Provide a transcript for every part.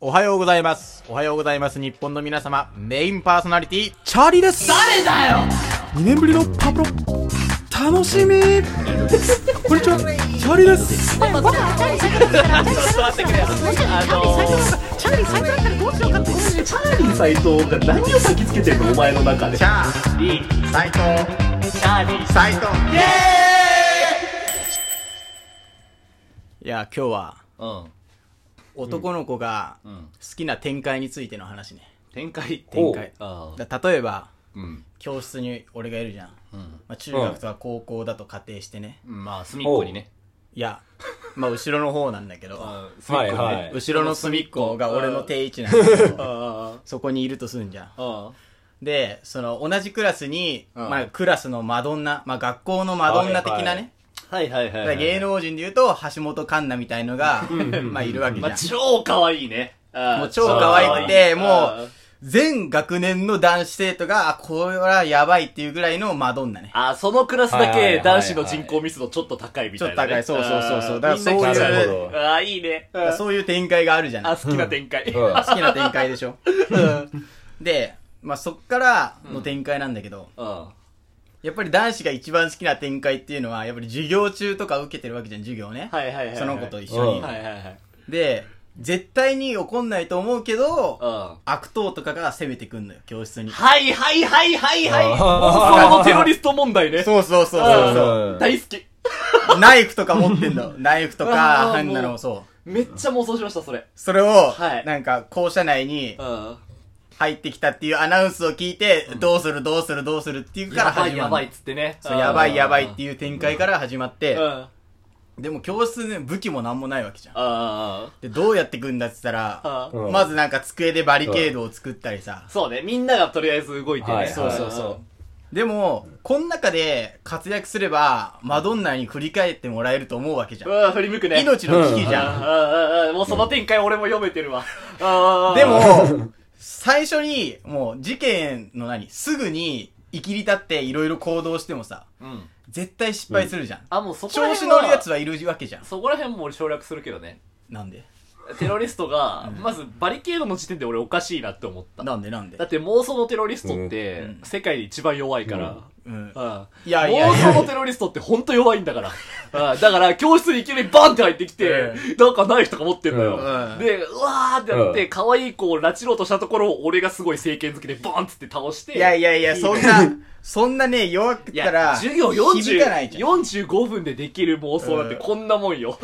おはようございます。おはようございます。日本の皆様、メインパーソナリティ、チャーリーです誰だよ !2 年ぶりのパブロ、楽しみこんにちは、チャーリーですほら、チャーリー最高だから、チャーリー最高だから、もうちょいチャーリー最高だから、チャーリー最高だからどうしようかって。チャーリー斎藤が何を先つけてんのお前の中でチャーリー、斎藤、チャーリー斎藤、イェーイいや、今日は、うん男の子が好んきな展開についての話ね。展開展開あ。あだ例えば、うん教室に俺がいるじゃん。まあ、中学とか高校だと仮定してね。まあ隅っこにねいや、まあ、後ろの方なんだけど、うん隅っこにねはいはい後ろの隅っこが俺の定位置なんだけど、 あそこにいるとすんじゃん。ああで、その、同じクラスに、うんまあ、クラスのマドンナ、まあ、学校のマドンナ的なはいはね、あはいはいはいだはからい芸能人で言うと、橋本環奈みたいのが、まあ、いるわけじまあゃん。超可愛いねああもう超可愛くて、もあう、全学年の男子生徒が、あ、これはやばいっていうぐらいのマドンナね。ああそのクラスだはいはいはいけはい男子の人口密度ちょっと高いちみたょいっとなね高い、そうそうそうそう。だかああらそうみんなないるほうど、ああいいねだからそういう展開があるじゃないあ。好きな展開うん好きな展開でしょ。 で、まあ、そっからの展開なんだけど、あやっぱり男子が一番好きな展開っていうのは、やっぱり授業中とか受けてるわけじゃん、授業ね。はいはいはいはいその子と一緒に。うんはいはいはいで、絶対に怒んないと思うけど、ああ悪党とかが攻めてくんのよ、教室に。はいはいはいはいはいあ妄想のテロリスト問題ね。 そうそうそうあそあうそうん大好き。う。ナイフとか持ってん の。ナイフとあか、なーんなもの、うそう。めっちゃ妄想しました、それ。それをは、いなんか、校舎内にうん。入ってきたっていうアナウンスを聞いて、どうするどうするどうするっていうからやば始いまやるばいのっ。つってね。そうやばいやばいっていいう展開から始まっうん。て、あでも教室ね、武器もなんもないわけじゃん。あ。で、どうやってくんだって言ったら、ああ。うんまずなんか机でバリケードを作ったりさ。そうね、みんながとりあえず動いてはいね。そうそうそう。でも、こん中で活躍すれば、マドンナに振り返ってもらえると思うわけじゃ。うんわ、振り向くね。命の危機じああゃん。ああああもうその展開俺も読めてるわ。あ あ。で、も、最初に、もう事件の何、すぐに、生きり立っていろいろ行動してもさ、うん。絶対失敗するじゃん。あ、もうそこら調子辺乗るやはつ、はいるわけじゃん。そこら辺も俺省略するけどね。なんでテロリストが、まずバリケードの時点で俺おかしいなって思った。なんでなんだっでて妄想のテロリストってうん、世界で一番弱いから。うん。うんいやいや妄い想のや。テロリストってほんと弱いんだから。うんだから、教室にいきなりバンって入ってきてえ、なんかナイフとか持ってんのうよん。で、うわーってなっうて、可愛い子を拉致ろうとしたところを、俺がすごい政権好きでバンっつって倒して。いやいやいや、そんな、そんなね、弱くっいたら、や、授業響かない40じゃん。 45分でできる妄想なんてこんなもんよ。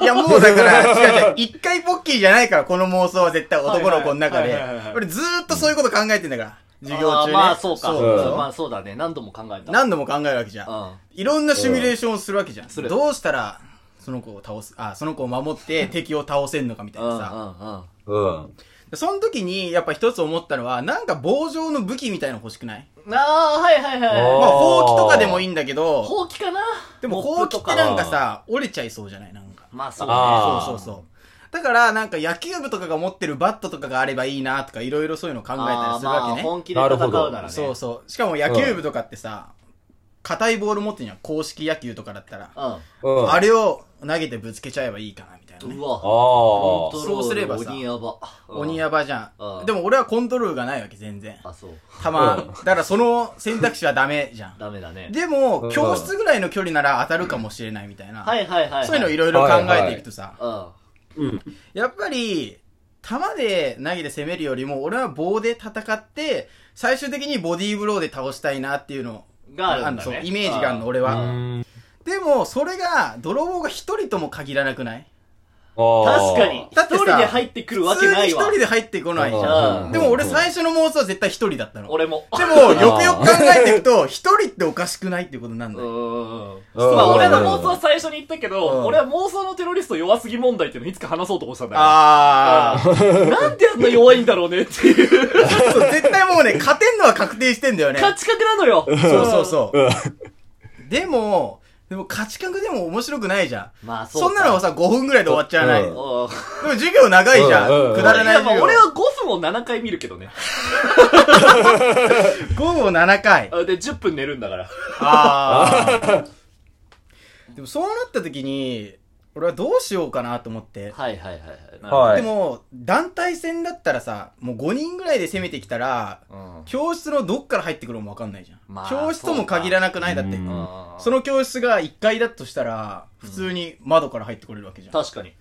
いや、もうだから、違う違う、一回ポッキーじゃないから、この妄想は絶対男の子の中はでいはいはいはいはい。俺ずーっとそういうこと考えてんだから。 授業中あーね。まあ、そうか。そううんまあ、そうだね。何度も考えた。何度も考えるわけじゃん。うんいろんなシミュレーションをするわけじゃん。するどうしたら、その子を倒す、あ、その子を守って敵を倒せんのかみたいうんうんなうん。さ。あうん。その時に、やっぱ一つ思ったのは、なんか棒状の武器みたいなの欲しくないあー、はいはいあーまはあ、ほうきとかでもいいんだけい。ど、ほうきかなでもモほッうプきとっかてなんかさ、折れちゃいそうじゃないなんか。まあ、そうあーね。そうそうそう。だから、なんか野球部とかが持ってるバットとかがあればいいなとか、いろいろそういうの考えたりするあーまわあけね。本気で戦うなならね。そうそう。しかも野球部とかってさ、硬いボール持ってんじゃん。公式野球とかだったら。うん。あうん。あれを投げてぶつけちゃえばいいかな、みたいなね。うあわ。あ。はそうすればさ鬼やば。鬼ば。やばじゃ。うんんでも俺はコントロールがないわけ、全然。あ、そう。たま、だからその選択肢はダメじゃん。ダメだね。でうも、ん教室ぐらいの距離なら当たるかもしれないみたいな。はいはいはい。そういうのいろいろ考えていくとさ、やっぱり、球で投げて攻めるよりも、俺は棒で戦って、最終的にボディーブローで倒したいなっていうの、うん。があるんだそうね。、イメージがあるの、うん。俺うは。ん。でも、それが、泥棒が一人とも限らなくない確かに。だ一ってさ人で入ってくるわ普け通なにい一わ人。で入ってこないじゃ。うんんでも俺最初の妄想は絶対一人だったの。俺も。でも、よくよく考えていくと、一人っておかしくないっていうことなんうだよ。ーん。うんまあ、俺の妄想は最初に言ったけうんど、俺は妄想のテロリスト弱すぎ問題っていうのいつか話そうと思ってたんだよ。あー。うんなんであんな弱いんだろうねっていう。そう絶対もうね、勝てんのは確定してんだよね。価値観なのよ。そうそうそう。でも、でも価値観でも面白くないじゃうん。まあ、ん。そうそか。んなのはさ、5分ぐらいで終わっちゃわない。うでんもうん。授業長いじゃうんうんん。うんくだらないやま授あ業。俺は5分を7回見るけどね。 5分を7回。あで、10分寝るんだから。ああ。でもそうなった時に、俺はどうしようかなと思って。はいはいはいはい。なるほどはでいも、団体戦だったらさ、もう5人ぐらいで攻めてきたら、うん教室のどっから入ってくるのもわかんないじゃん。まあ教室とも限らなくないだってう。んその教室が1階だとしたら、普通に窓から入ってこれるわけじゃん。確かに。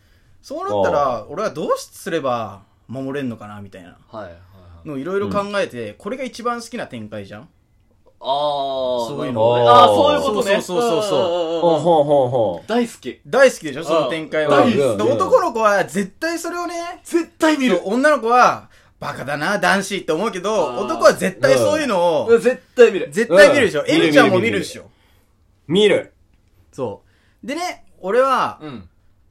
そうなったら、俺はどうすれば守れんのかな、みたいなはいはいはい。のをいろいろ考えて、これが一番好きな展開じゃん。あー、そういうのなるほどねあー、そういうことね。そうそうそうそうほんうんんんほうほうほ大好き。大好きでしょ、その展開は。うん大好きで男の子は絶対それをね、絶対見る。そう女の子は、バカだな、男子って思うけあど、ー男は絶対そういうのを、絶対見る。絶対見るでしょ。うんエルちゃんも見るでしょ。う。見る。そう。でね、俺は、うん。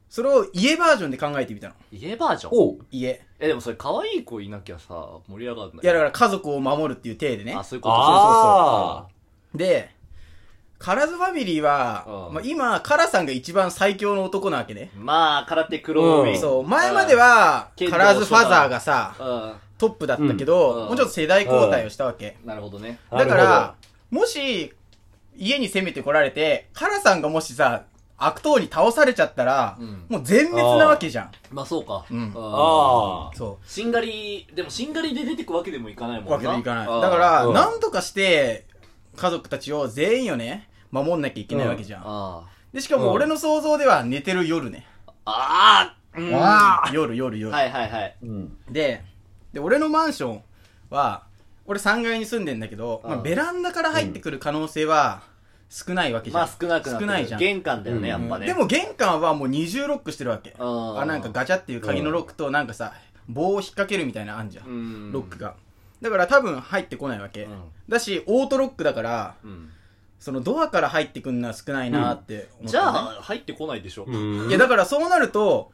それを家バージョンで考えてみたの。家バージョンおう。家。え、でもそれ可愛い子いなきゃさ、盛り上がんない。いや、だから家族を守るっていう体でねあ、。そういうことあで、カラズファミリーはう、んまあ、今、カラさんが一あ一番最強の男なわけね。まあ、空手黒帯、うんそう、前まではうん、カラズファザーがさ、うトップだったけど、うんもうちょっと世代交代をしたわけ。ん。なるほどね。うんだかなるら、もし、家に攻めてこられて、カラさんがもしさ、悪党に倒されちゃったら、うんもう全滅なわけじゃん。まあ、そうか。うんあ。ああ。そう。しんがり、でもしんがりで出てくわけでもいかないもんな。わけにいかない。ああだか、ら、うんなんとかして、家族たちを全員をね、守んなきゃいけないわけじゃん。あで、しかうんも俺の想像では寝てる夜ね。あ。ああうんは夜、夜、夜、いはいはい。うん。で、で、俺のマンションは、俺3階に住んでんだけど、まうあ、んベランダから入ってくる可能性は少ないわけじゃん。まあ、少なくなってる少ないじゃん。玄関だよね、やっぱうんね。で、も玄関はもう二重ロックしてるわけ。あーあ、なんかガチャっていう鍵のロックと、なんかさ、棒を引っ掛けるみたいなのあんじゃん。うん。ロック。が。だから多分入ってこないわけ。うんだし、オートロックだから、うん。そのドアから入ってくんのは少ないなって思った、ねじゃあ、入ってこないでしょ。うんいやだからそうなると、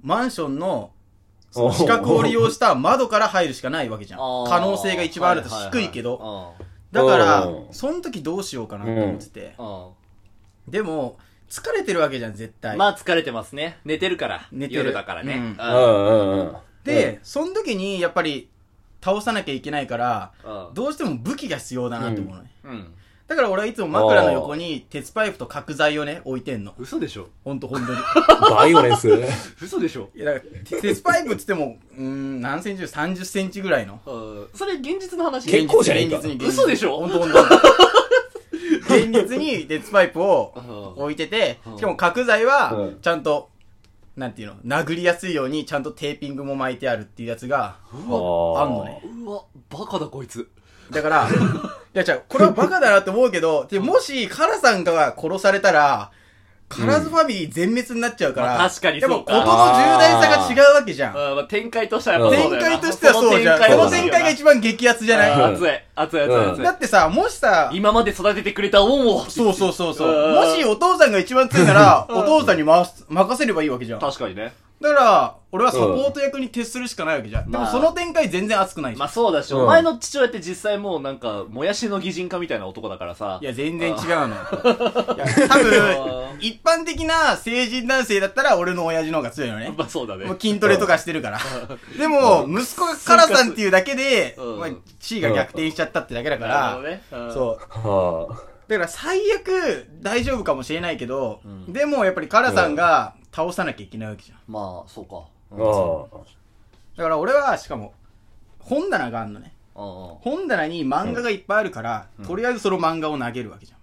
マンションのおう資格を利用した窓から入るしかないわけじゃん。あー可能性が一番あると低いけど。。はだからう、んその時どうしようかなって思っててい。はいはいうんうんでも、疲れてるわけじゃん、絶対。まあ疲れてますね。寝てるから。寝てる夜だからね。うんうんうんうんうん。で、その時にやっぱり倒さなきゃいけないから、うんどうしても武器が必要だなって思うのね。うん。だから俺はいつも枕の横に鉄パイプと角材をね、置いてんの。嘘でしょほんとほんとに。バイオレンス。嘘でしょいや、だから、 鉄パイプっつっても、うーん、何センチ ?30 センチぐらいの。うんそれ現実の話結構じゃねえか現実に現実に嘘でしょほんとほんと。現実に鉄パイプを置いててうん、しかも角材うはん、ちゃんと、なんていうの、殴りやすいようにちゃんとテーピングも巻いてあるって いうやつが、うわ、ああんのね。うわ、バカだこいつ。だから、いや、じゃあこれはバカだなって思うけ ど、でもし、カラさんが殺されたら、カラズファミリー全滅になっちゃうから、まあ確かにでそも、うこかとの重大さが違うわけじゃうんん。まあ展開としてはやっぱそ展うだよな開としてはそうじゃん。こそのうだよ展開が一番激アツじゃうんな熱い。熱い熱い熱ういいだってさ、もしさ、今まで育ててくれた恩を。そうそうそうそうう。んもしお父さんが一番強いなら、お父さんに回す、任せればいいわけじゃん。だか確かにね。ら、俺はサポート役に徹するしかないわけじゃん。でまもあその展開全然熱くないじゃまあん。そうだし、うんお前の父親って実際もうなんか、もやしの擬人化みたいな男だからさ。いや、全然違うの。いや多う分、一般的な成人男性だったら俺の親父の方が強いのね。まあそうだね。もう筋トレとかしてるから。でも、息子がカラさんっていうだけで、うんまあ、地位が逆転しちゃったってだけだかなるほどら、ね。うんそう。はあ。だから最悪大丈夫かもしれないけど、うんでもやっぱりカラさんが倒さなきゃいけないわけじゃん。まあ、そうか。うんあだから俺は、しかも、本棚があんのね。うんうん本棚に漫画がいっぱいあるから、とりあえずその漫画を投げるわけじゃん。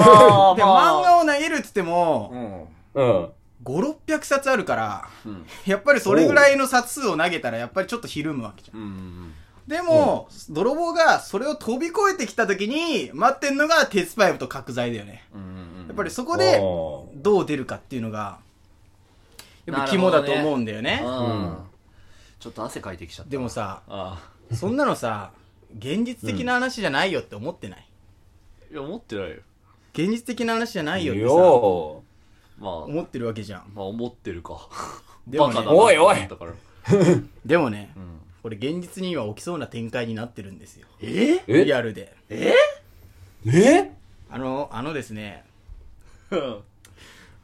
ああ、で、漫画を投げるっつっても、うん。あ。うん。 5、600冊あるから、うんやっぱりそれぐらいの冊数を投げたら、やっぱりちょっとひるむわけじゃん。うんうんでも、泥棒がそれを飛び越えてきた時に、待ってんのが鉄パイプと角材だよね。うんうんやっぱりそこあで、ーどう出るかっていうのが、やっぱ肝だと思うんだよね。うんちょっと汗かいてきちゃった。でもさ、あそんなのさ、現実的な話じゃないよって思ってない、あ。いや、思ってないよ。現実的な話じゃないよってさ、よまあ、思ってるわけじゃん。まあ思ってるか。でもねバカだなおいおいだからでもね、んこれ現実には起きそうな展開になってるんですよ。ええリアルで。えあの、あのですね、うん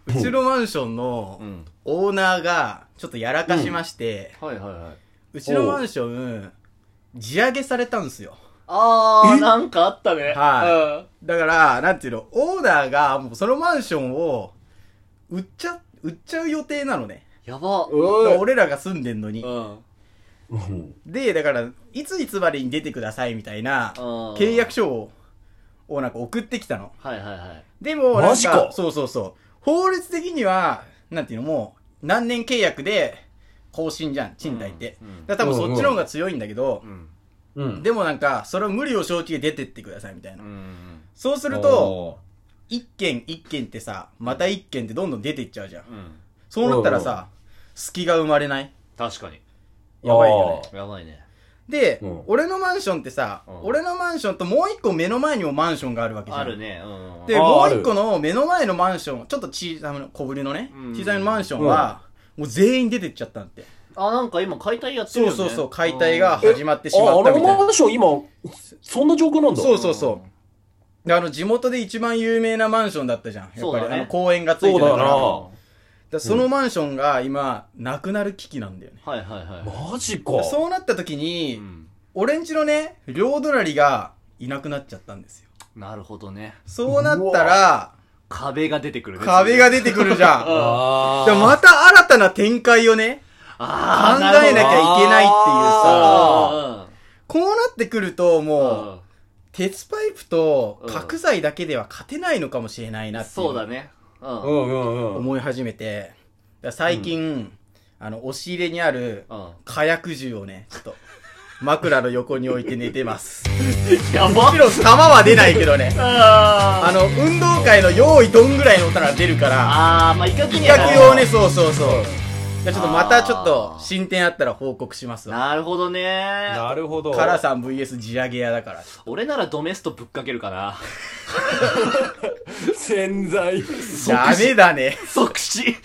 うちのマンションのうん。オーナーがちょっとやらかしまして、はいはいはい。うちのマンション、地上げされたんですよ。あー、えなんかあったね。はいだから、なんていうの、オーナーがもうそのマンションを売っちゃ、売っちゃう予定なのね。やば。おい俺らが住んでんのにう。ん。うんで、だから、いついつまでに出てくださいみたいなあー契約書を、をなんか送ってきたの。はいはいはい。でも、なんか、マジかそうそうそう。法律的には、なんていうのもう、何年契約で更新じゃん、賃貸って。うんうんだから多分そっちの方が強いんだけどう、ん。うん。でもなんか、それを無理を承知で出てってくださいみたいな。うん。そうすると、一件一件ってさ、また一件ってどんどん出ていっちゃうじゃん。うん。そうなったらさ、隙が生まれない。確かに。おー、やばいよね。やばいね。で、うん俺のマンションってさ、うん俺のマンションともう一個目の前にもマンションがあるわけじゃん。あるね。うん。で、あーもあうる一個の目の前のマンション、ちょっと小さめの、小ぶりのね、うん小さめのマンションは、もう全員出てっちゃったんだって。あ、なんか今解体やってるそようね。そうそう、解体がうん始まってしまったみあたあいれマな。ンション今、そんな状況なんだ。そうそうそう。であの、地元で一番有名なマンションだったじゃん。やそっうぱだり、ねあの、公園がついてたそかうだら。なだからそのマンションが今、なくなる危機なんだよね。はいはいはマジか。そうなった時に、い。うん。俺んちのね、両隣がいなくなっちゃったんですよ。なるほどね。そうなったら、壁が出てくるね。壁が出てくるじ ゃん。あでーまた新たな展開をね、考あえーなきゃいけないっていうさ、あこうなってくるとーもう、鉄パイプとうん角材だけでは勝てないのかもしれないなっていそうだね。うん。ううん。んうんうん。思い始めて、だから最近、あの、押し入れにある火薬銃をね、ちょっと、枕の横に置いて寝てます。やもばちろん弾は出ないけどね。ああの、運動会の用意どんぐらいの音が出るから、あー、まあ、威嚇威には嚇用ね、そうそうそう。じゃあちょっとまたちょっとあー進展あったら報告しますわ。なるほどね。なるほど。カラさん VS 地上げ屋だから。俺ならドメストぶっかけるかな。潜在。ダメだね。即死。